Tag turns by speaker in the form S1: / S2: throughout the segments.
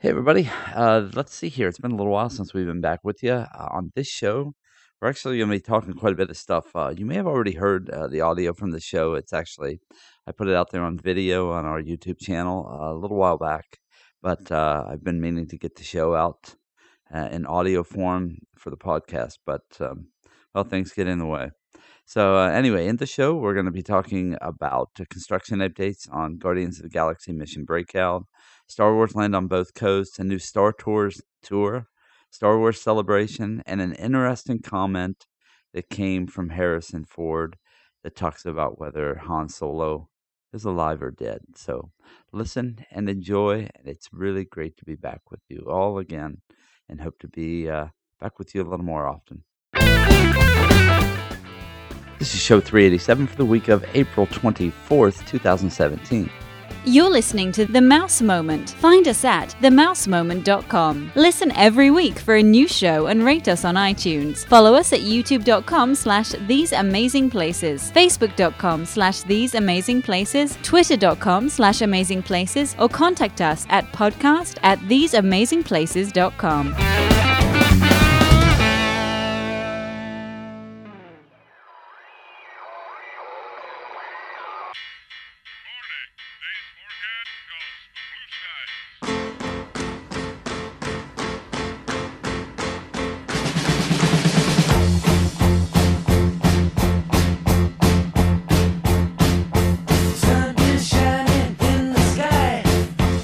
S1: Hey, everybody. Uh, let's see here. It's been a little while since we've been back with you. Uh, on this show, we're actually going to be talking quite a bit of stuff. Uh, you may have already heard uh, the audio from the show. It's actually, I put it out there on video on our YouTube channel uh, a little while back, but uh, I've been meaning to get the show out uh, in audio form for the podcast, but um, well, things get in the way. So, uh, anyway, in the show, we're going to be talking about uh, construction updates on Guardians of the Galaxy Mission Breakout, Star Wars Land on both coasts, a new Star Tours tour, Star Wars Celebration, and an interesting comment that came from Harrison Ford that talks about whether Han Solo is alive or dead. So, listen and enjoy. And it's really great to be back with you all again and hope to be uh, back with you a little more often. This is show 387 for the week of April 24th, 2017.
S2: You're listening to The Mouse Moment. Find us at themousemoment.com. Listen every week for a new show and rate us on iTunes. Follow us at youtube.com slash these amazing places, facebook.com slash these amazing places, twitter.com slash amazing places, or contact us at podcast at theseamazingplaces.com.
S3: Sun is shining in the sky.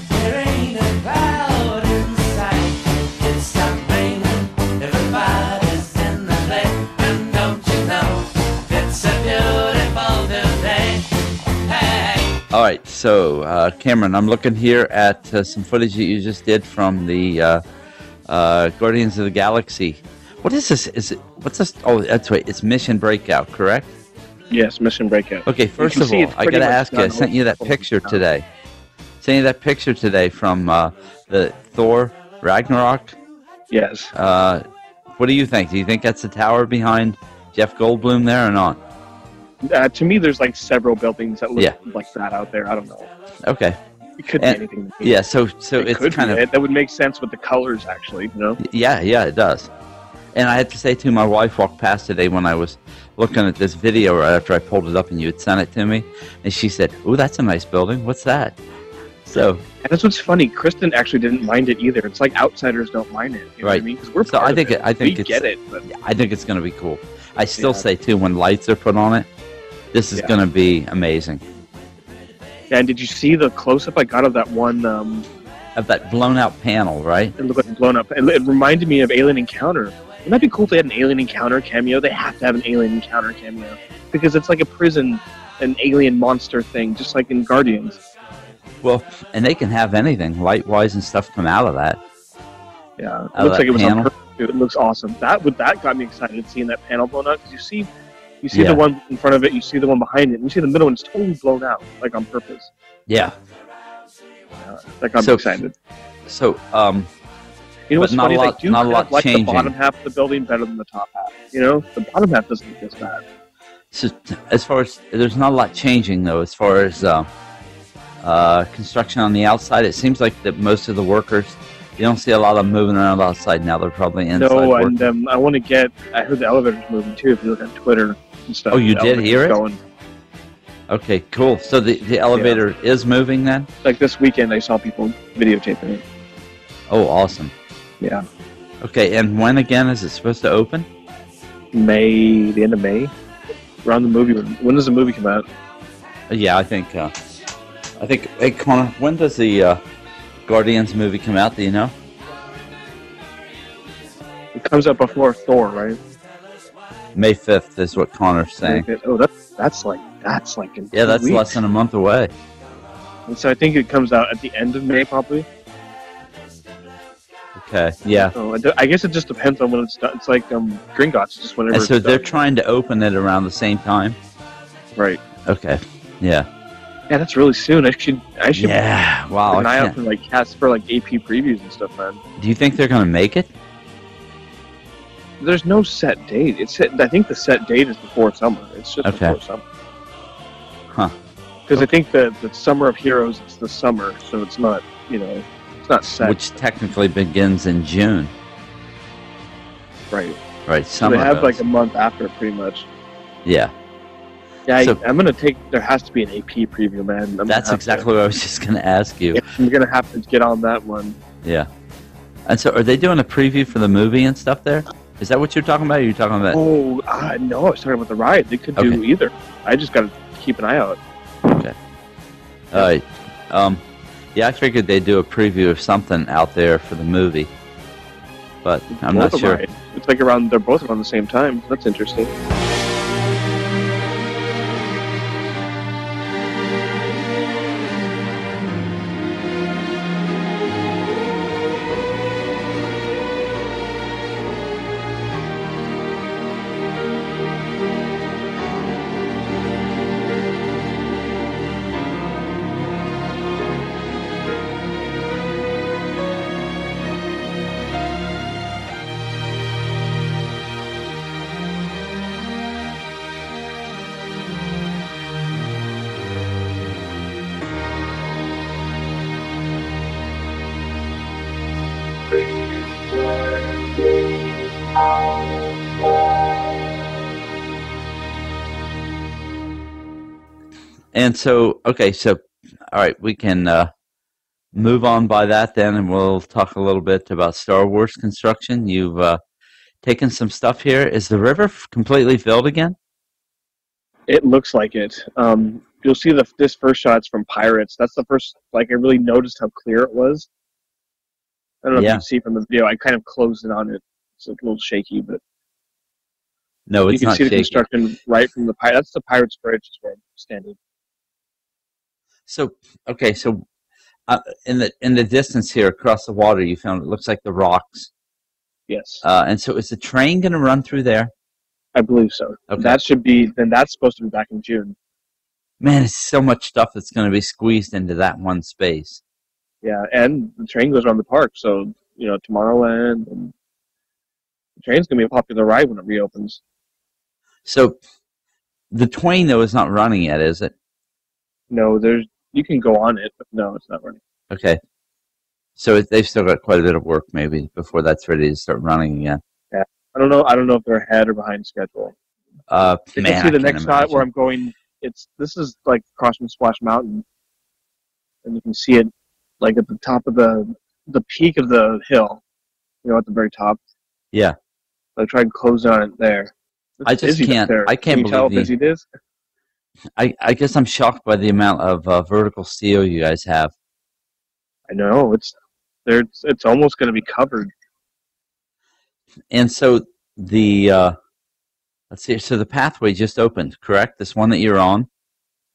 S3: There ain't a cloud in sight. It stopped raining. Everybody's in the play. And don't you know it's a beautiful new day? Hey.
S1: All right, so uh, Cameron, I'm looking here at uh, some footage that you just did from the uh, uh, Guardians of the Galaxy. What is this? Is it what's this? Oh, that's right, it's Mission Breakout, correct?
S4: Yes, Mission Breakout.
S1: Okay, first
S4: can
S1: of
S4: see
S1: all,
S4: it's
S1: I
S4: pretty
S1: gotta
S4: much
S1: ask you. I
S4: done
S1: sent you that
S4: all-
S1: picture today. Sent you that picture today from uh, the Thor Ragnarok.
S4: Yes,
S1: Uh, what do you think? Do you think that's the tower behind Jeff Goldblum there or not?
S4: uh, to me, there's like several buildings that look
S1: Yeah.
S4: like that out there. I don't know.
S1: Okay.
S4: It could
S1: And-
S4: be anything.
S1: Yeah. So so
S4: it
S1: it's
S4: could
S1: kind
S4: be.
S1: of
S4: It- that would make sense with the colors, actually. You know,
S1: Yeah, yeah, it does. And I have to say, too, my wife walked past today when I was looking at this video right after I pulled it up and you had sent it to me. And she said, Oh, that's a nice building. What's that? So,
S4: and that's what's funny. Kristen actually didn't mind it either. It's like outsiders don't mind it. You know what I
S1: Right.
S4: mean? 'Cause we're
S1: So
S4: part
S1: I
S4: of
S1: think
S4: it.
S1: it- I think
S4: we
S1: it's-
S4: get it. But
S1: yeah, I think it's going to be cool. I still
S4: Yeah.
S1: say, too, when lights are put on it, this is
S4: Yeah.
S1: going to be amazing.
S4: and did you see the close-up I got of that one? Um,
S1: Of that blown out panel, right?
S4: it looked like blown up. It, it reminded me of Alien Encounter. Wouldn't that be cool if they had an Alien Encounter cameo? They have to have an Alien Encounter cameo because it's like a prison, an alien monster thing, just like in Guardians.
S1: Well, and they can have anything light wise and stuff come out of that.
S4: Yeah, it
S1: Oh,
S4: looks
S1: that
S4: like it was
S1: panel?
S4: on purpose. Dude. It looks awesome. That would that got me excited seeing that panel blown out because you see, you see
S1: Yeah.
S4: the one in front of it, you see the one behind it, and you see the middle one is totally blown out, like on purpose.
S1: Yeah.
S4: Yeah, that got
S1: So-
S4: me excited.
S1: So, um,
S4: You
S1: but
S4: know what's
S1: not
S4: funny?
S1: a
S4: is I
S1: lot-
S4: do
S1: not a
S4: kind
S1: lot
S4: of like
S1: changing.
S4: the bottom half of the building better than the top half. You know, the bottom half doesn't look as bad.
S1: so as far as there's not a lot changing, though, as far as. Uh, uh, construction on the outside. It seems like that most of the workers, you don't see a lot of them moving around outside now. They're probably inside.
S4: no,
S1: work.
S4: and um, I want to get. I heard the elevator's moving too. If you look on Twitter and stuff.
S1: Oh, you
S4: the
S1: did
S4: elevator's
S1: hear it?
S4: Going
S1: Okay, cool. So the, the elevator is moving then?
S4: like this weekend, I saw people videotaping it.
S1: Oh, awesome.
S4: Yeah,
S1: Okay, and when again is it supposed to open?
S4: May, the end of May, around the movie. When, when does the movie come out?
S1: Uh, Yeah, I think. Uh, I think. Hey, Connor, when does the uh, Guardians movie come out? Do you know?
S4: It comes up before Thor, right?
S1: May fifth is what Connor's saying.
S4: Oh, that's that's like that's like in
S1: Yeah,
S4: two
S1: that's
S4: weeks.
S1: less than a month away.
S4: And so I think it comes out at the end of May, probably.
S1: Okay. Yeah.
S4: So I, d- I guess it just depends on when it's done. It's like um, Gringotts, just whenever.
S1: And so
S4: it's
S1: they're
S4: done.
S1: trying to open it around the same time.
S4: right.
S1: Okay. Yeah.
S4: Yeah, that's really soon. I should I should
S1: Yeah. Wow.
S4: keep
S1: I
S4: an eye
S1: can't-
S4: out for like cast for like AP previews and stuff, man.
S1: Do you think they're going to make it?
S4: There's no set date. It's set, I think the set date is before summer. It's just
S1: Okay.
S4: before summer.
S1: Huh.
S4: Because I think the the summer of heroes it's the summer, so it's not you know it's not sex.
S1: which technically begins in June.
S4: right.
S1: Right,
S4: So
S1: summer.
S4: they have
S1: does.
S4: like a month after, pretty much.
S1: yeah,
S4: Yeah,
S1: So-
S4: I, I'm gonna take. There has to be an AP preview, man. I'm gonna
S1: that's
S4: have
S1: exactly what I was just going to ask you.
S4: To, yeah, I'm gonna have to get on that one.
S1: Yeah. And so, are they doing a preview for the movie and stuff there? Is that what you're talking about? Or you're talking about
S4: Oh uh, no, I was talking about the ride. They could do
S1: Okay.
S4: either. I just gotta keep an eye out. Oh,
S1: All right. Um, yeah, I figured they'd do a preview of something out there for the movie, but I'm
S4: Both
S1: not
S4: of
S1: sure.
S4: mine. It's like around. They're both around the same time. That's interesting.
S1: And so, okay, so all right, we can uh, move on by that then, and we'll talk a little bit about Star Wars construction. You've uh, taken some stuff here. Is the river f- completely filled again?
S4: It looks like it. Um, you'll see the this first shot's from Pirates. That's the first. Like I really noticed how clear it was. I don't know
S1: Yeah.
S4: if you can see from the video. I kind of closed it on it. It's a little shaky, but
S1: No,
S4: you
S1: Oh, it's
S4: can
S1: not
S4: see the
S1: shaking.
S4: construction right from the pirate. That's the Pirates Bridge, is where I'm standing.
S1: So, okay, so uh, in the in the distance here across the water, you found it looks like the rocks.
S4: Yes,
S1: Uh, and so, is the train going to run through there?
S4: I believe so.
S1: Okay.
S4: That should be. Then that's supposed to be back in June.
S1: Man, it's so much stuff that's going to be squeezed into that one space.
S4: Yeah, and the train goes around the park, so you know Tomorrowland. And the train's gonna be a popular ride when it reopens.
S1: So, the Twain though is not running yet, is it?
S4: No, there's you can go on it, but no, it's not running.
S1: Okay. So it- they've still got quite a bit of work maybe before that's ready to start running again.
S4: I don't know. I don't know if they're ahead or behind schedule.
S1: Uh,
S4: You
S1: man,
S4: can
S1: I
S4: see the
S1: can't
S4: next shot
S1: imagine.
S4: where I'm going. It's this is like crossing Splash Mountain, and you can see it like at the top of the the peak of the hill. You know, at the very top.
S1: Yeah.
S4: I tried to close on it there. It's
S1: I just
S4: busy up
S1: can't-
S4: there.
S1: I can't
S4: Can you tell how
S1: believe
S4: busy it is.
S1: I, I guess I'm shocked by the amount of uh, vertical steel you guys have.
S4: I know it's there. It's, it's almost going to be covered.
S1: And so the uh, let's see. So the pathway just opened, correct? This one that you're on.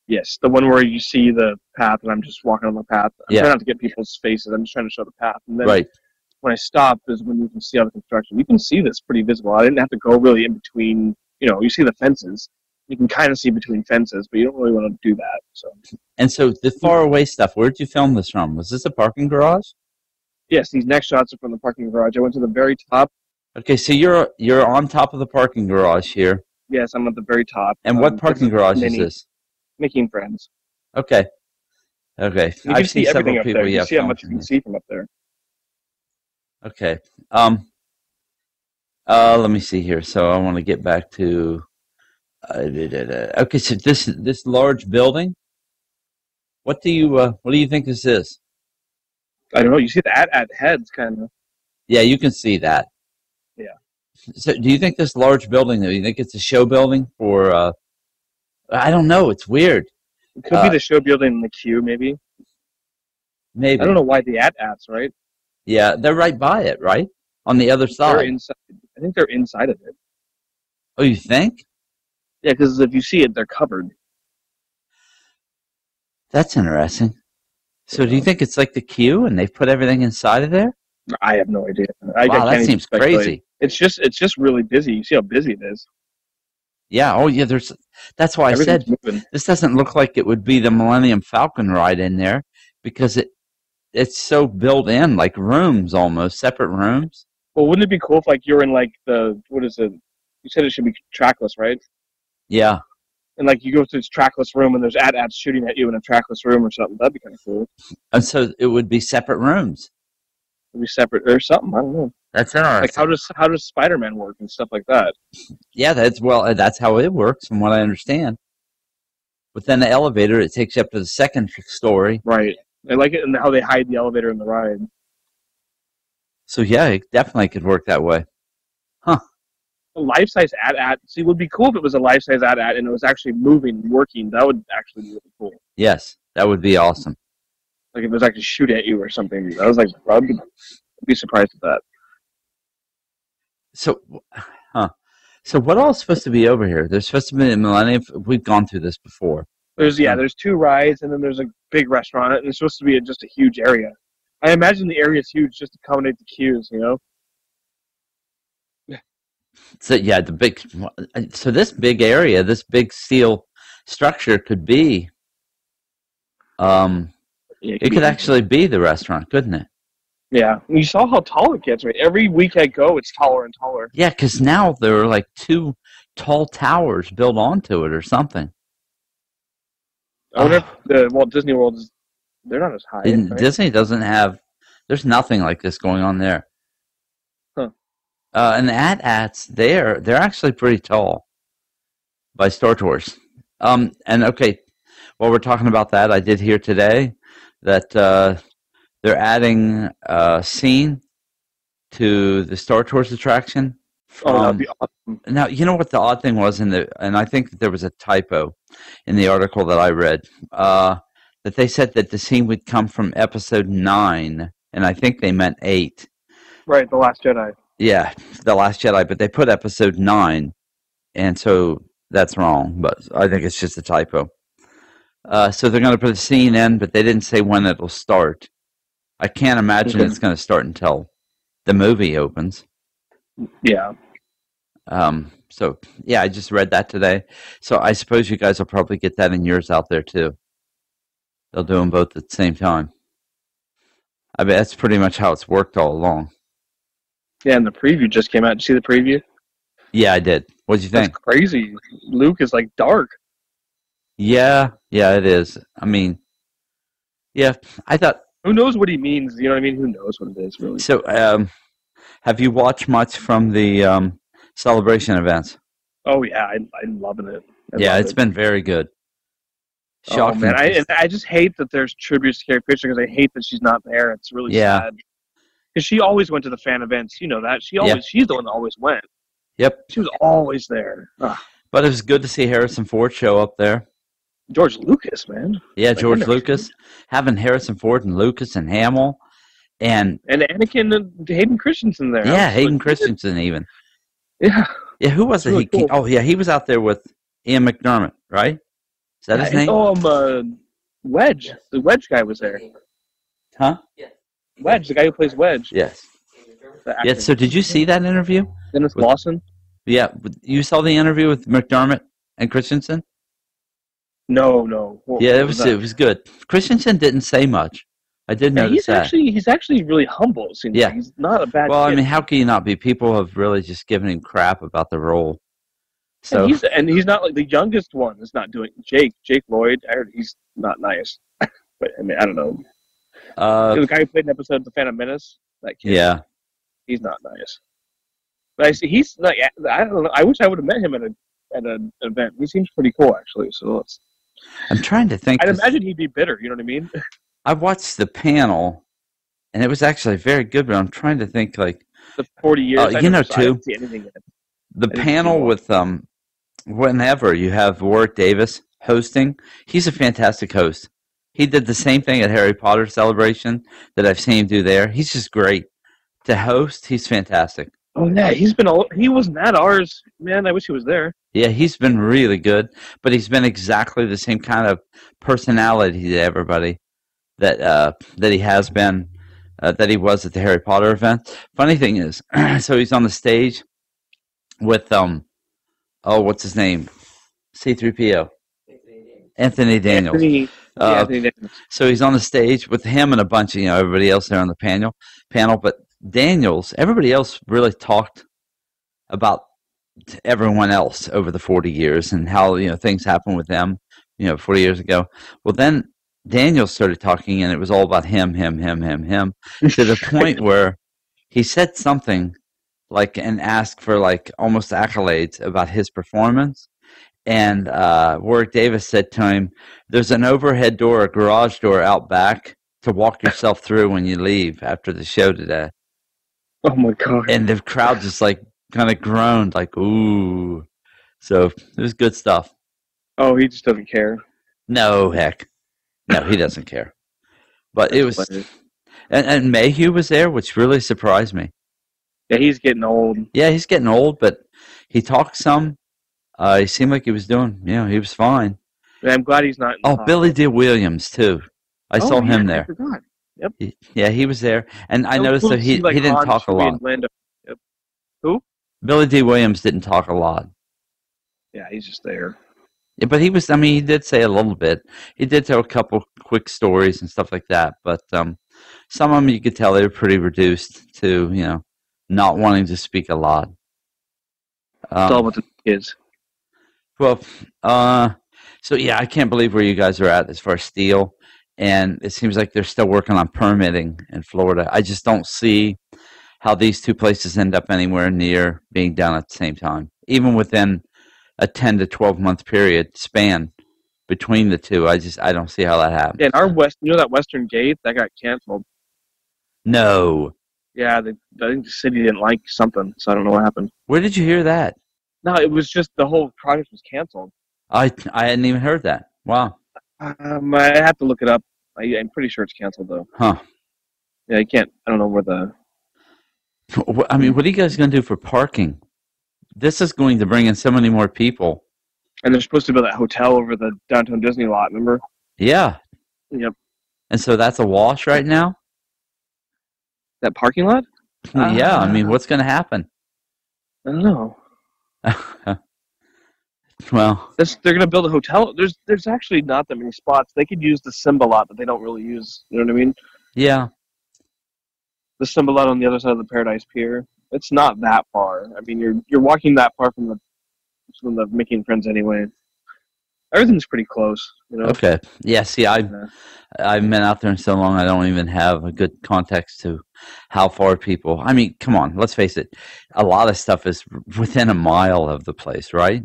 S4: Yes, the one where you see the path, and I'm just walking on the path. I'm
S1: Yeah.
S4: trying not to get people's faces. I'm just trying to show the path, and then
S1: right.
S4: when I stopped is when you can see all the construction. You can see this pretty visible. I didn't have to go really in between. You know, you see the fences. You can kind of see between fences, but you don't really want to do that. So
S1: And so the far away stuff. Where did you film this from? Was this a parking garage?
S4: yes, these next shots are from the parking garage. I went to the very top.
S1: Okay, so you're you're on top of the parking garage here.
S4: Yes, I'm at the very top.
S1: And
S4: Um,
S1: what
S4: this
S1: parking
S4: is
S1: garage is
S4: mini-
S1: this?
S4: Making friends.
S1: Okay, okay.
S4: You can
S1: I've
S4: see
S1: seen
S4: everything
S1: several
S4: up
S1: people.
S4: there. You
S1: yeah,
S4: can see how
S1: film
S4: much you
S1: from
S4: can
S1: here.
S4: see from up there.
S1: Okay. Um. Uh, let me see here. So I want to get back to. Uh, da- da- da. okay, so this this large building. What do you uh, what do you think this is?
S4: I don't know. You see the at at heads kind of.
S1: Yeah, you can see that.
S4: Yeah.
S1: So, do you think this large building? though, you think it's a show building for? Uh, I don't know. It's weird.
S4: It could
S1: Uh,
S4: be the show building in the queue, maybe.
S1: Maybe.
S4: I don't know why the at ats, right?
S1: Yeah, they're right by it, right on the other
S4: They're
S1: side.
S4: inside. I think they're inside of it.
S1: oh, you think?
S4: Yeah, because if you see it, they're covered.
S1: That's interesting. So, do you
S4: Yeah.
S1: think it's like the queue, and they've put everything inside of there?
S4: I have no idea. I, I
S1: wow,
S4: can't
S1: that
S4: even
S1: seems
S4: speculate.
S1: crazy.
S4: It's just it's just really busy. You see how busy it is.
S1: Yeah. Oh, yeah. There's. That's why I said
S4: Everything's moving.
S1: this doesn't look like it would be the Millennium Falcon ride in there because it it's so built in like rooms almost separate rooms.
S4: Well, wouldn't it be cool if like you're in like the what is it? You said it should be trackless, right?
S1: Yeah.
S4: And like you go through this trackless room and there's at ats shooting at you in a trackless room or something. That'd be kind of cool.
S1: And so it would be separate rooms.
S4: Maybe separate or something. I don't know.
S1: That's interesting.
S4: Like how does how does Spider Man work and stuff like that?
S1: Yeah, that's well, uh, that's how it works, from what I understand. Within the elevator, it takes you up to the second f- story.
S4: Right. I like it and how they hide the elevator in the ride.
S1: So yeah, it definitely could work that way.
S4: A life size at at see it would be cool if it was a life size at at and it was actually moving, working. That would actually be really cool.
S1: Yes, that would be awesome.
S4: Like if it was actually shoot at you or something. I was like, I'd be, I'd be surprised at that.
S1: So, huh? So what all is supposed to be over here? There's supposed to be a millennium. We've gone through this before.
S4: There's yeah, there's two rides and then there's a big restaurant and it's supposed to be a, just a huge area. I imagine the area's huge just to accommodate the queues, you know.
S1: So yeah, the big. So this big area, this big steel structure, could be. Um,
S4: Yeah,
S1: it could actually be the restaurant, couldn't it?
S4: Yeah, you saw how tall it gets, right? Every week I go, it's taller and taller.
S1: Yeah, because now there are like two tall towers built onto it or something.
S4: I wonder if the Walt Disney World is they're not as high.
S1: And
S4: right?
S1: Disney doesn't have. There's nothing like this going on there.
S4: Huh.
S1: Uh, and the at ats there, they're actually pretty tall by Star Tours. Um, and okay, while we're talking about that, I did hear today that uh, they're adding a scene to the Star Tours attraction.
S4: oh,
S1: from-
S4: that'd be awesome.
S1: Now you know what the odd thing was in the, and I think that there was a typo in the article that I read. Uh, that they said that the scene would come from episode nine, and I think they meant eight.
S4: Right, the Last Jedi.
S1: Yeah, the Last Jedi, but they put episode nine, and so that's wrong. But I think it's just a typo. Uh, so they're going to put a scene in, but they didn't say when it'll start. I can't imagine
S4: Okay.
S1: it's going to start until the movie opens.
S4: Yeah,
S1: Um, so yeah, I just read that today. So I suppose you guys will probably get that in yours out there too. They'll do them both at the same time. I mean, that's pretty much how it's worked all along.
S4: yeah. And the preview just came out. Did you see the preview?
S1: Yeah, I did. What'd you
S4: That's
S1: think?
S4: crazy. Luke is like dark.
S1: Yeah, yeah, it is. I mean, yeah, I thought
S4: Who knows what he means? You know what I mean? Who knows what it is really?
S1: so. Um, have you watched much from the um, celebration events?
S4: Oh yeah, I, I'm loving it. I
S1: yeah,
S4: love
S1: it's
S4: it.
S1: been very good.
S4: Oh,
S1: Shocking.
S4: man, I, and I just hate that there's tributes to Carrie Fisher because I hate that she's not there. It's really
S1: Yeah.
S4: sad. Because she always went to the fan events. You know that. She always
S1: Yeah.
S4: she's the one that always went.
S1: yep.
S4: She was always there. Ugh,
S1: But it was good to see Harrison Ford show up there.
S4: George Lucas, man,
S1: Yeah,
S4: Like,
S1: George
S4: wonder-
S1: Lucas, having Harrison Ford and Lucas and Hamill, and
S4: and Anakin and Hayden Christensen there. I
S1: yeah,
S4: was
S1: Hayden
S4: like,
S1: Christensen even.
S4: Yeah,
S1: Yeah, who was it?
S4: Really
S1: He, he-
S4: cool.
S1: oh yeah, he was out there with Ian McDermott, right? Is that his
S4: I
S1: name?
S4: saw him, uh, Wedge, the Wedge guy was there.
S1: Huh?
S4: Wedge, the guy who plays Wedge.
S1: Yes.
S4: the
S1: Yeah.
S4: actor.
S1: So did you see that interview?
S4: Dennis
S1: with-
S4: Lawson.
S1: Yeah, w- you saw the interview with McDermott and Christensen.
S4: No, no. What-
S1: Yeah,
S4: what
S1: it was
S4: that?
S1: it was good. Christensen didn't say much. I did
S4: Yeah,
S1: notice
S4: he's
S1: that.
S4: actually he's actually really humble. It seems
S1: Yeah.
S4: like. he's not a bad.
S1: well, I
S4: kid.
S1: mean, how can you not be? People have really just given him crap about the role. So
S4: and he's and he's not like the youngest one. Is not doing Jake Jake Lloyd. I heard he's not nice, but I mean I don't know.
S1: uh,
S4: the guy who played an episode of The Phantom Menace, that kid,
S1: yeah,
S4: he's not nice. But I see he's like I don't know. I wish I would have met him at a at an event. He seems pretty cool actually. So it's,
S1: I'm trying to think.
S4: I'd
S1: 'cause-
S4: imagine he'd be bitter. You know what I mean?
S1: I watched the panel, and it was actually very good. But I'm trying to think like
S4: the forty years.
S1: Uh,
S4: I
S1: you know,
S4: never saw- I
S1: too.
S4: didn't see anything in it.
S1: the
S4: didn't see
S1: panel
S4: that.
S1: with um, whenever you have Warwick Davis hosting, he's a fantastic host. He did the same thing at Harry Potter Celebration that I've seen him do there. He's just great to host. He's fantastic.
S4: Oh yeah, he's been all he wasn't at ours. Man, I wish he was there.
S1: Yeah, he's been really good, but he's been exactly the same kind of personality to everybody that uh, that he has been uh, that he was at the Harry Potter event. Funny thing is, so he's on the stage with um, oh, what's his name, C three PO, Anthony Daniels.
S4: Anthony,
S1: Uh,
S4: yeah, Anthony Daniels.
S1: So he's on the stage with him and a bunch of you know everybody else there on the panel panel, but Daniels, everybody else really talked about t- everyone else over the 40 years and how you know things happened with them you know 40 years ago well then Daniel started talking, and it was all about him, him, him, him, him, to the point where he said something like and asked for like almost accolades about his performance. And uh, Warwick Davis said to him, "There's an overhead door, a garage door out back to walk yourself through when you leave after the show today."
S4: Oh my god.
S1: And the crowd just like kind of groaned, like "Ooh!" So it was good stuff.
S4: oh, he just doesn't care.
S1: No heck, no, he doesn't care. But it was,
S4: But-
S1: and, and Mayhew was there, which really surprised me.
S4: yeah, he's getting old.
S1: Yeah, he's getting old, but he talked some. Uh, he seemed like he was doing, you know, he was fine.
S4: And I'm glad he's not. in the
S1: Oh,
S4: hospital.
S1: Billy D. Williams too. I
S4: Oh,
S1: saw
S4: yeah,
S1: him there.
S4: I forgot.
S1: He- Yeah, he was there, and I
S4: That was
S1: noticed
S4: cool
S1: that
S4: to
S1: he
S4: see, like,
S1: he didn't
S4: Han
S1: talk a
S4: Chewie and
S1: lot.
S4: Lando.
S1: Billy D. Williams didn't talk a lot,
S4: Yeah, he's just there.
S1: Yeah, but he was. I mean, he did say a little bit. He did tell a couple quick stories and stuff like that. But um, some of them you could tell they were pretty reduced to you know not wanting to speak a lot.
S4: It's all
S1: Um,
S4: about the kids.
S1: Well, uh, so yeah, I can't believe where you guys are at as far as steel, and it seems like they're still working on permitting in Florida. I just don't see how these two places end up anywhere near being done at the same time, even within a ten to twelve month period span between the two. I just I don't see how that happens.
S4: Yeah, and our west, you know that Western Gate that got canceled.
S1: no,
S4: Yeah, the, I think the city didn't like something, so I don't know what happened.
S1: where did you hear that?
S4: No, it was just the whole project was canceled.
S1: I I hadn't even heard that. Wow,
S4: Um, I have to look it up. I, I'm pretty sure it's canceled though.
S1: huh?
S4: Yeah, I can't. I don't know where the.
S1: Wh- I mean, what are you guys going to do for parking? This is going to bring in so many more people.
S4: And they're supposed to build that hotel over the downtown Disney lot. Remember?
S1: Yeah.
S4: Yep.
S1: And so that's a wash right now?
S4: That parking lot?
S1: Hmm, yeah. I mean,
S4: Ah.
S1: what's going to happen?
S4: I don't know.
S1: well,
S4: That's, they're gonna build a hotel. There's there's actually not that many spots. They could use the Simba lot that they don't really use. You know what I mean?
S1: yeah.
S4: The Simba lot on the other side of the Paradise Pier. It's not that far. I mean, you're you're walking that far from the from the Mickey and Friends anyway. Everything's pretty close. You know.
S1: Okay. Yeah. See, I've,
S4: Yeah.
S1: I've been out there in so long, I don't even have a good context to how far people. I mean, come on, let's face it. A lot of stuff is within a mile of the place, right?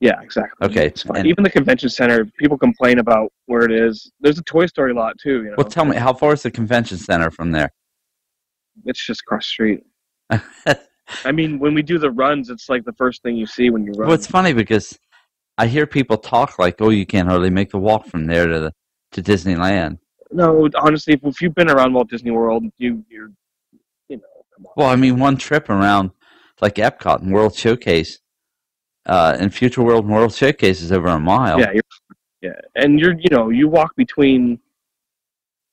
S4: Yeah, exactly.
S1: Okay,
S4: It's fine.
S1: and-
S4: Even the convention center, people complain about where it is. There's a Toy Story lot too. You know,
S1: Well, tell me, how far is the convention center from there?
S4: it's just cross street. I mean, when we do the runs, it's like the first thing you see when you run.
S1: Well, it's funny because I hear people talk like, oh, you can't hardly make the walk from there to, the, to Disneyland.
S4: no, honestly, if, if you've been around Walt Disney World, you you're, you know, come on.
S1: Well, I mean, one trip around like Epcot and World Showcase, uh, and Future World and World Showcase is over a mile.
S4: yeah, you're, yeah, and you're you know you walk between,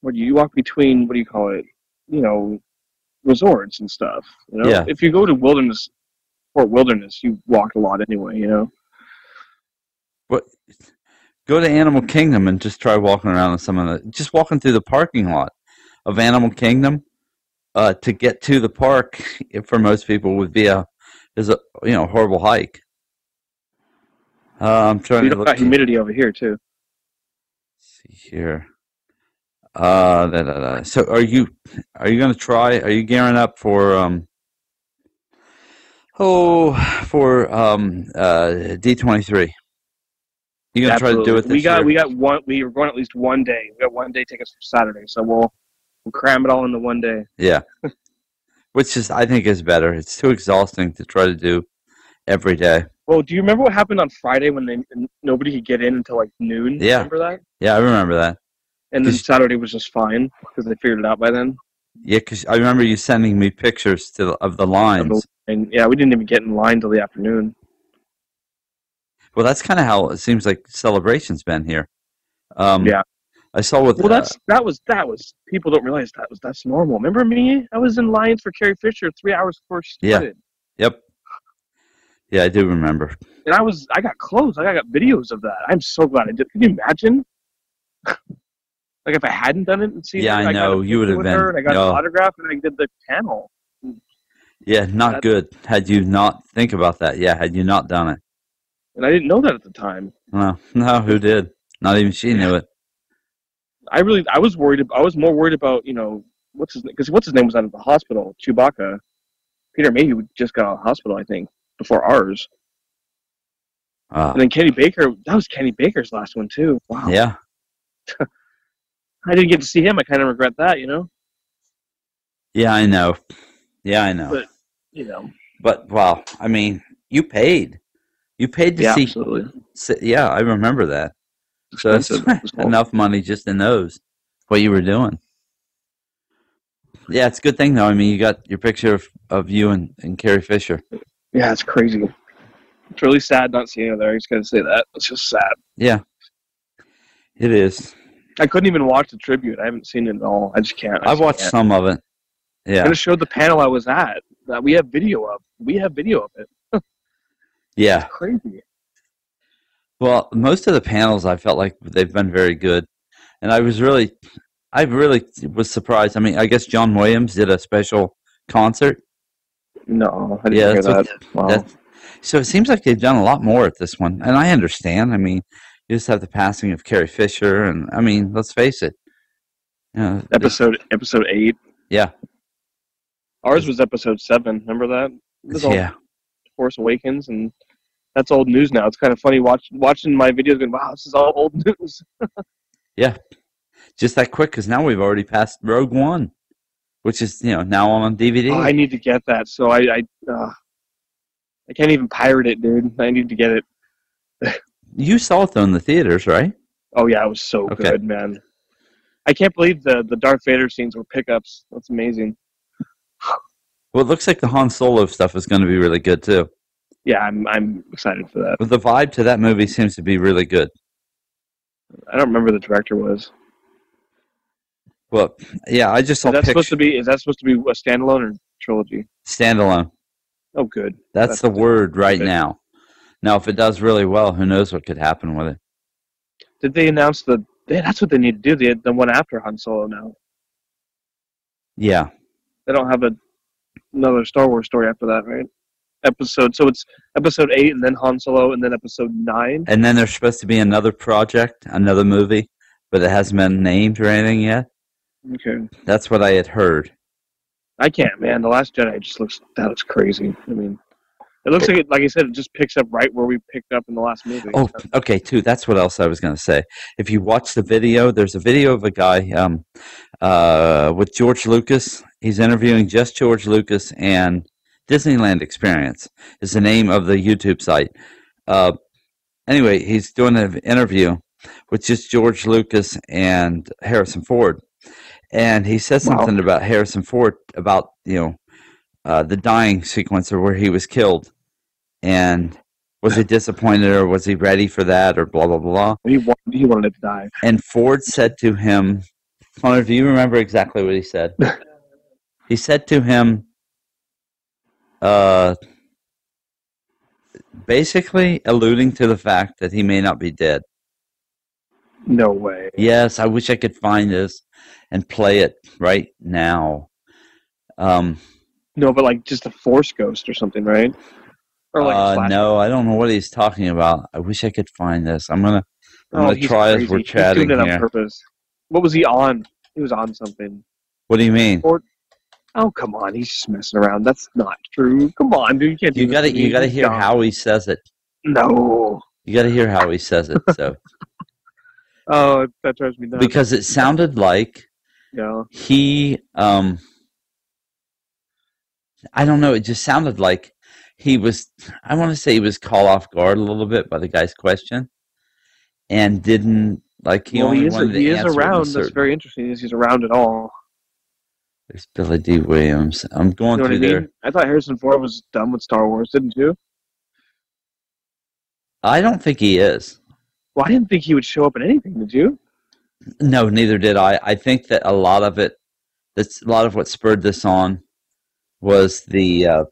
S4: what do you, you walk between? What do you call it? You know, resorts and stuff. You know,
S1: Yeah.
S4: if you go to Wilderness, Fort Wilderness, you walk a lot anyway. You know.
S1: Go to Animal Kingdom and just try walking around in some of the, just walking through the parking lot of Animal Kingdom uh, to get to the park. For most people, would be a is a you know horrible hike. Uh, I'm trying
S4: We
S1: to
S4: don't
S1: look
S4: got humidity over here too.
S1: see here. Uh, da, da, da. so are you are you going to try? Are you gearing up for um? Oh, for um uh D twenty three. You gonna try to do it this
S4: we got
S1: year?
S4: we got one. We were going at least one day. We got one day tickets for Saturday, so we'll we'll cram it all into one day.
S1: yeah, which is I think is better. It's too exhausting to try to do every day.
S4: Well, do you remember what happened on Friday when they nobody could get in until like noon?
S1: Yeah.
S4: remember that?
S1: Yeah, I remember that.
S4: And then
S1: Just-
S4: Saturday was just fine because they figured it out by then.
S1: Yeah, 'cause I remember you sending me pictures to of the lines.
S4: And yeah, we didn't even get in line till the afternoon.
S1: Well, that's kind of how it seems like celebration's been here. Um,
S4: Yeah.
S1: I saw with
S4: Well,
S1: uh,
S4: that's that was that was people don't realize that was that's normal. Remember me? I was in lines for Carrie Fisher three hours before she
S1: Yeah.
S4: started,
S1: Yep. Yeah, I do remember.
S4: and I was I got close. I got videos of that. I'm so glad I did. Can you imagine? like if I hadn't done it and seen
S1: Yeah,
S4: her,
S1: I
S4: got a
S1: know. You would
S4: picture
S1: have
S4: with
S1: been-
S4: her, and I got
S1: no.
S4: an autograph and I did the panel.
S1: Yeah, not
S4: That-
S1: good. Had you not think about that, yeah, had you not done it.
S4: And I didn't know that at the time.
S1: No, no, who did? Not even she knew it.
S4: I really I was worried. ab- I was more worried about you know what's his because what's his name was out of the hospital. Chewbacca, Peter Mayhew just got out of the hospital I think before ours,
S1: Uh,
S4: and then Kenny Baker. That was Kenny Baker's last one too. Wow.
S1: yeah.
S4: I didn't get to see him. I kind of regret that. You know.
S1: Yeah, I know. Yeah, I know.
S4: But- You know.
S1: But, wow, I mean, you paid. You paid to
S4: Yeah.
S1: see.
S4: Absolutely.
S1: si- Yeah, I remember that. So that's
S4: Expensive as well.
S1: enough money just in those. What you were doing. Yeah, it's a good thing though. I mean, you got your picture of, of you and, and Carrie Fisher.
S4: Yeah, it's crazy. It's really sad not seeing her there. I just gotta say that. It's just sad.
S1: Yeah, it is.
S4: I couldn't even watch the tribute. I haven't seen it at all. I just can't. I
S1: I've
S4: just
S1: watched
S4: can't.
S1: some of it.
S4: I'm
S1: Yeah,
S4: gonna show the panel I was at that we have video of. We have video of it.
S1: yeah.
S4: Crazy.
S1: Well, most of the panels I felt like they've been very good, and I was really, I really was surprised. I mean, I guess John Williams did a special concert.
S4: No, I didn't
S1: Yeah,
S4: hear
S1: that's what-
S4: that. Wow.
S1: That, so it seems like they've done a lot more at this one, and I understand. I mean, you just have the passing of Carrie Fisher, and I mean, let's face it. You know, the-
S4: episode episode eight.
S1: Yeah.
S4: Ours was episode seven. Remember that? It was all
S1: yeah,
S4: Force Awakens, and that's old news now. It's kind of funny watch, watching my videos. Going, wow, this is all old news.
S1: just that quick because now we've already passed Rogue One, which is you know now on DVD.
S4: Oh, I need to get that. So I, I, uh, I can't even pirate it, dude. I need to get it.
S1: you saw it though in the theaters, right?
S4: Oh yeah, it was so
S1: Okay.
S4: good, man. I can't believe the the Darth Vader scenes were pickups. That's amazing.
S1: Well, it looks like the Han Solo stuff is going to be really good too.
S4: Yeah, I'm I'm excited for that.
S1: But the vibe to that movie seems to be really good.
S4: I don't remember who the director was.
S1: Well, yeah, I just saw
S4: Is that
S1: pictures
S4: supposed to be? Is that supposed to be a standalone or trilogy?
S1: standalone.
S4: Oh, good.
S1: That's,
S4: That's
S1: the word right
S4: perfect.
S1: now. Now, if it does really well, who knows what could happen with it?
S4: Did they announce the? Yeah, that's what they need to do. They had the one after Han Solo now.
S1: Yeah,
S4: They don't have a, another Star Wars story after that, right? Episode. So it's episode eight, and then Han Solo, and then episode nine.
S1: and then there's supposed to be another project, another movie, but it hasn't been named or anything yet.
S4: Okay.
S1: That's what I had heard.
S4: I can't, man. The Last Jedi just looks that looks crazy. I mean, it looks like it, like I said, it just picks up right where we picked up in the last movie.
S1: Oh, okay, too. That's what else I was going to say. If you watch the video, there's a video of a guy um, uh, with George Lucas. He's interviewing just George Lucas and Disneyland Experience is the name of the YouTube site. Uh, anyway, he's doing an interview with just George Lucas and Harrison Ford, and he says
S4: Wow.
S1: something about Harrison Ford about you know uh, the dying sequence or where he was killed, and was he disappointed or was he ready for that or blah blah blah.
S4: he wanted he wanted it to die.
S1: And Ford said to him, Connor, do you remember exactly what he said? he said to him, uh, basically alluding to the fact that he may not be dead.
S4: No way.
S1: Yes, I wish I could find this and play it right now. Um,
S4: No, but like just a Force ghost or something, right? Or like a
S1: uh,
S4: flash-
S1: no, I don't know what he's talking about. I wish I could find this. I'm gonna, I'm
S4: Oh,
S1: gonna
S4: he's
S1: try as
S4: crazy.
S1: we're
S4: He's doing
S1: chatting
S4: it on
S1: here.
S4: purpose. What was he on? He was on something.
S1: What do you mean?
S4: Oh come on, he's just messing around. That's not true. Come on, dude, you can't. do
S1: You
S4: this
S1: gotta,
S4: to me.
S1: you gotta hear
S4: No.
S1: how he says it.
S4: No.
S1: You gotta hear how he says it. So.
S4: Oh, that drives me nuts.
S1: because it sounded like
S4: no.
S1: he um i don't know it just sounded like he was i want to say he was caught off guard a little bit by the guy's question and didn't like he
S4: well,
S1: only
S4: he is,
S1: wanted to
S4: he is
S1: answer in a
S4: around. That's
S1: certain-
S4: very interesting. Is he's around at all?
S1: There's Billy D. Williams. I'm going
S4: You know what I
S1: through
S4: mean?
S1: there.
S4: I thought Harrison Ford was done with Star Wars, didn't you?
S1: I don't think he is.
S4: Well, I didn't think he would show up in anything, did you?
S1: No, neither did I. I think that a lot of it, that's a lot of what spurred this on, was the uh,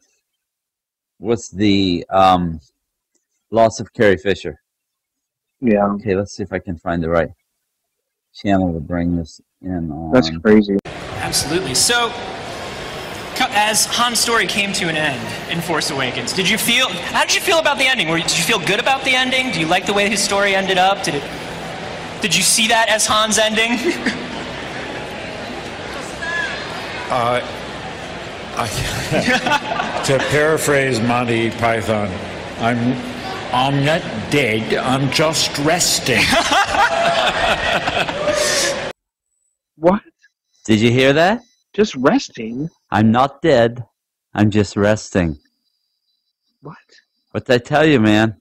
S1: was the um, loss of Carrie Fisher.
S4: Yeah,
S1: Okay, let's see if I can find the right channel to bring this in on.
S4: that's crazy.
S5: Absolutely. So, co- as Han's story came to an end in Force Awakens, did you feel? How did you feel about the ending? Were, did you feel good about the ending? Do you like the way his story ended up? Did it? Did you see that as Han's ending?
S6: To paraphrase Monty Python, I'm I'm not dead, I'm just resting.
S4: What?
S1: Did you hear that?
S4: Just resting?
S1: I'm not dead. I'm just resting.
S4: What?
S1: What'd I tell you, man?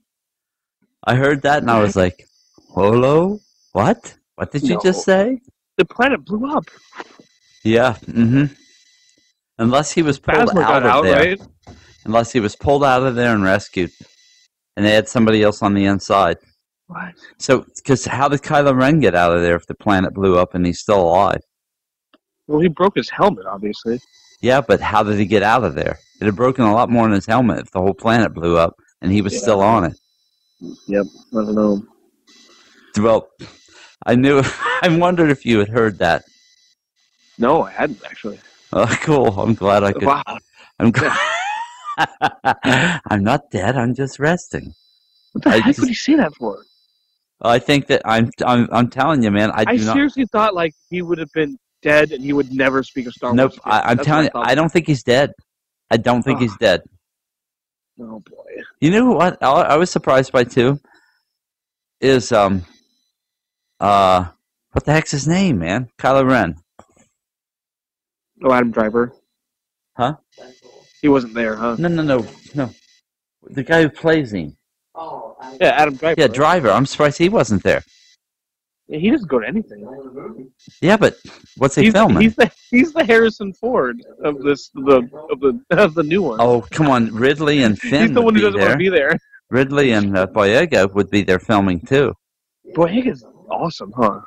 S1: I heard that and I was like, Holo? What? What did you just say?
S4: The planet blew up.
S1: Yeah. Mm-hmm. Unless he was pulled
S4: Phasma
S1: out
S4: got
S1: of
S4: out,
S1: there.
S4: right?
S1: Unless he was pulled out of there and rescued. And they had somebody else on the inside.
S4: What?
S1: So, because how did Kylo Ren get out of there if the planet blew up and he's still alive?
S4: Well, he broke his helmet, obviously.
S1: Yeah, but how did he get out of there? It had broken a lot more in his helmet if the whole planet blew up and he was
S4: Yeah.
S1: still on it.
S4: Yep. I don't know.
S1: Well, I knew. I wondered if you had heard that.
S4: No, I hadn't actually.
S1: Oh, cool. I'm glad I could.
S4: Wow.
S1: I'm glad. I'm not dead. I'm just resting.
S4: What the
S1: I
S4: heck
S1: just-
S4: would he say that for?
S1: I think that I'm. I'm. I'm telling you, man. I
S4: I,
S1: do not.
S4: seriously thought like he would have been dead and he would never speak of Star
S1: nope.
S4: Wars.
S1: I, I'm telling you. I don't think he's dead. I don't think he's
S4: Ugh.
S1: dead.
S4: don't. Oh boy.
S1: You know what? I, I was surprised by too. Is um, uh, what the heck's his name, man? Kylo Ren.
S4: Oh, Adam Driver.
S1: Huh?
S4: He wasn't there, huh?
S1: No, no, no, no. The guy who plays him.
S4: Yeah, Adam Driver.
S1: Yeah,
S4: right?
S1: Driver. I'm surprised he wasn't there.
S4: Yeah, he doesn't go to anything.
S1: Yeah, but what's he
S4: He's,
S1: filming?
S4: he's the he's the Harrison Ford of this the of the of the new one.
S1: Oh, come on, Ridley and Finn.
S4: he's the
S1: would
S4: one who
S1: be
S4: doesn't want
S1: there.
S4: to be there.
S1: Ridley and uh, Boyega would be there filming too.
S4: Boy, Higgins is awesome, huh?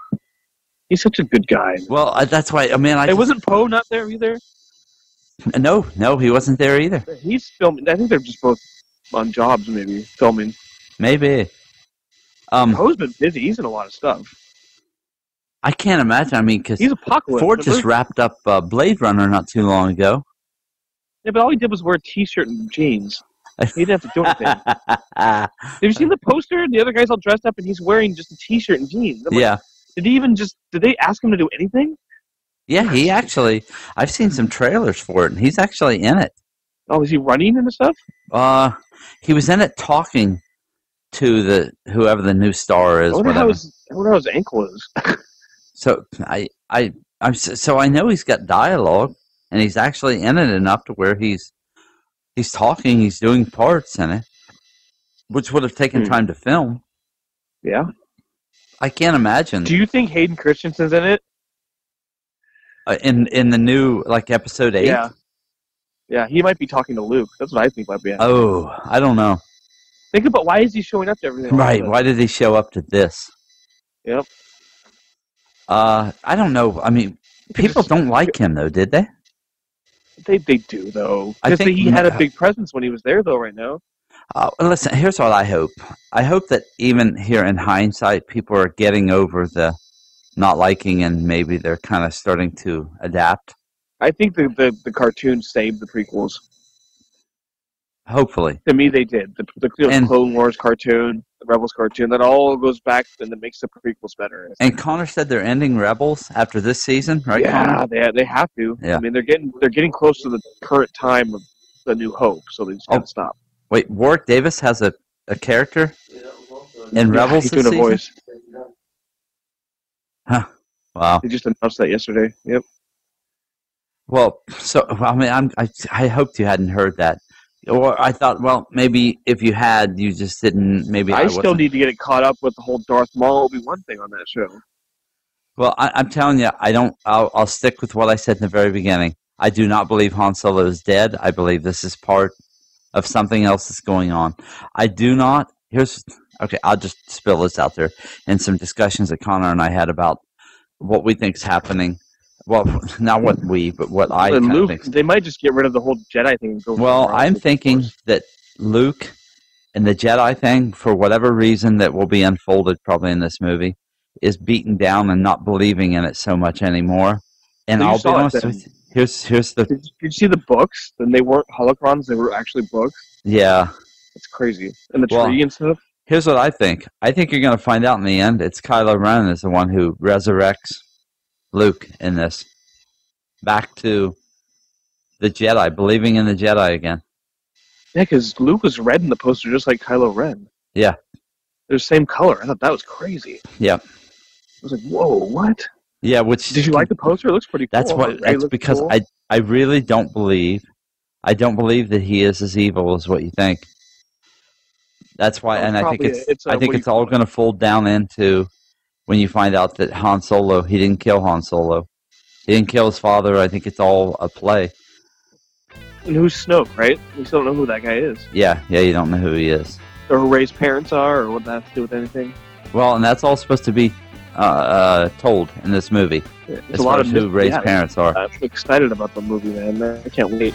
S4: He's such a good guy.
S1: Well, I, that's why. I mean, I
S4: Hey, wasn't Poe not there either?
S1: just- no, no, he wasn't there either.
S4: He's filming. I think they're just both on jobs, maybe filming.
S1: Maybe. Um,
S4: Poe's been busy. He's in a lot of stuff.
S1: I can't imagine. I mean, because
S4: He's apocalypse.
S1: Ford
S4: but
S1: just
S4: we're-
S1: wrapped up uh, Blade Runner not too long ago.
S4: yeah, but all he did was wear a t-shirt and jeans. He didn't have to do anything. Have you seen the poster? The other guy's all dressed up, and he's wearing just a t-shirt and jeans. I'm like,
S1: yeah,
S4: Did he even just? Did they ask him to do anything?
S1: yeah. He actually, I've seen some trailers for it, and he's actually in it.
S4: Oh, is he running and stuff?
S1: Uh, he was in it talking to the whoever the new star
S4: I
S1: is.
S4: wonder, how
S1: Whatever.
S4: his, I wonder how his ankle is.
S1: So I I I'm s- so I know he's got dialogue and he's actually in it enough to where he's he's talking, he's doing parts in it, which would have taken
S4: Hmm.
S1: time to film.
S4: yeah.
S1: Hmm. I can't imagine
S4: Do you think Hayden Christensen's in it?
S1: uh, in in the new like episode eight.
S4: Yeah. Yeah, he might be talking to Luke. That's what I think might be. happening.
S1: Oh, I don't know.
S4: think about why is he showing up to everything? like
S1: Right?
S4: that?
S1: Why did he show up to this?
S4: Yep.
S1: Uh, I don't know. I mean, people
S4: just-
S1: don't like him though, did they?
S4: They, they do though.
S1: I
S4: Because
S1: think-
S4: he had a big presence when he was there though. Right now.
S1: Uh, well, listen, here's what I hope. I hope that even here in hindsight, people are getting over the not liking and maybe they're kind of starting to adapt.
S4: I think the, the, the cartoon saved the prequels.
S1: Hopefully.
S4: To me, they did. The, the you know,
S1: And-
S4: Clone Wars cartoon, the Rebels cartoon, that all goes back and it makes the prequels better.
S1: And Connor said they're ending Rebels after this season, right?
S4: yeah,
S1: Connor?
S4: they, they have to.
S1: Yeah.
S4: I mean, they're getting they're getting close to the current time of the New Hope, so they just
S1: Oh.
S4: gotta stop.
S1: Wait, Warwick Davis has a, a character in
S4: Yeah,
S1: Rebels
S4: he's
S1: this
S4: doing a
S1: season?
S4: voice.
S1: Wow.
S4: They just announced that yesterday. Yep.
S1: Well, so I mean, I'm, I I hoped you hadn't heard that, or I thought, well, maybe if you had, you just didn't. Maybe I,
S4: I
S1: wasn't
S4: still need to get it caught up with the whole Darth Maul Obi Wan thing on that show.
S1: Well, I, I'm telling you, I don't. I'll, I'll stick with what I said in the very beginning. I do not believe Han Solo is dead. I believe this is part of something else that's going on. I do not. Here's okay. I'll just spill this out there in some discussions that Connor and I had about what we think's happening. Well, not what we, but what I
S4: and
S1: kind of
S4: Luke,
S1: think.
S4: they might just get rid of the whole Jedi thing. And go
S1: Well,
S4: somewhere else
S1: I'm
S4: with the
S1: thinking
S4: Force.
S1: that Luke and the Jedi thing, for whatever reason that will be unfolded probably in this movie, is beaten down and not believing in it so much anymore. And
S4: So you
S1: I'll be
S4: saw it
S1: honest
S4: then.
S1: with you, here's here's the
S4: Did, did you see the books? Then they weren't holocrons; they were actually books.
S1: yeah.
S4: It's crazy. And the
S1: Well,
S4: tree and stuff.
S1: Here's what I think. I think you're going to find out in the end. It's Kylo Ren is the one who resurrects Luke in this. Back to the Jedi, believing in the Jedi again.
S4: Yeah, because Luke was red in the poster, just like Kylo Ren.
S1: Yeah.
S4: They're the same color. I thought that was crazy.
S1: Yeah.
S4: I was like, whoa, what?
S1: Yeah, which
S4: Did you like the poster? It looks pretty
S1: That's
S4: cool.
S1: what.
S4: Ray
S1: That's
S4: looks
S1: because
S4: cool.
S1: I. I really don't believe. I don't believe that he is as evil as what you think. That's why,
S4: That was
S1: and I think
S4: probably-
S1: it's.
S4: it's a-
S1: I
S4: what
S1: think
S4: do
S1: it's
S4: you
S1: all
S4: call it?
S1: going to fold down into when you find out that Han Solo. He didn't kill Han Solo. He didn't kill his father. I think it's all a play.
S4: And who's Snoke, right? We still don't know who that guy is.
S1: Yeah, yeah. You don't know who he is.
S4: Or who Ray's parents are, or what that has to do with anything.
S1: Well, and that's all supposed to be uh, uh, told in this movie.
S4: It's
S1: as
S4: a lot
S1: far
S4: of
S1: as who
S4: mis-
S1: Ray's
S4: yeah,
S1: parents are.
S4: I'm excited about the movie, man. I can't wait.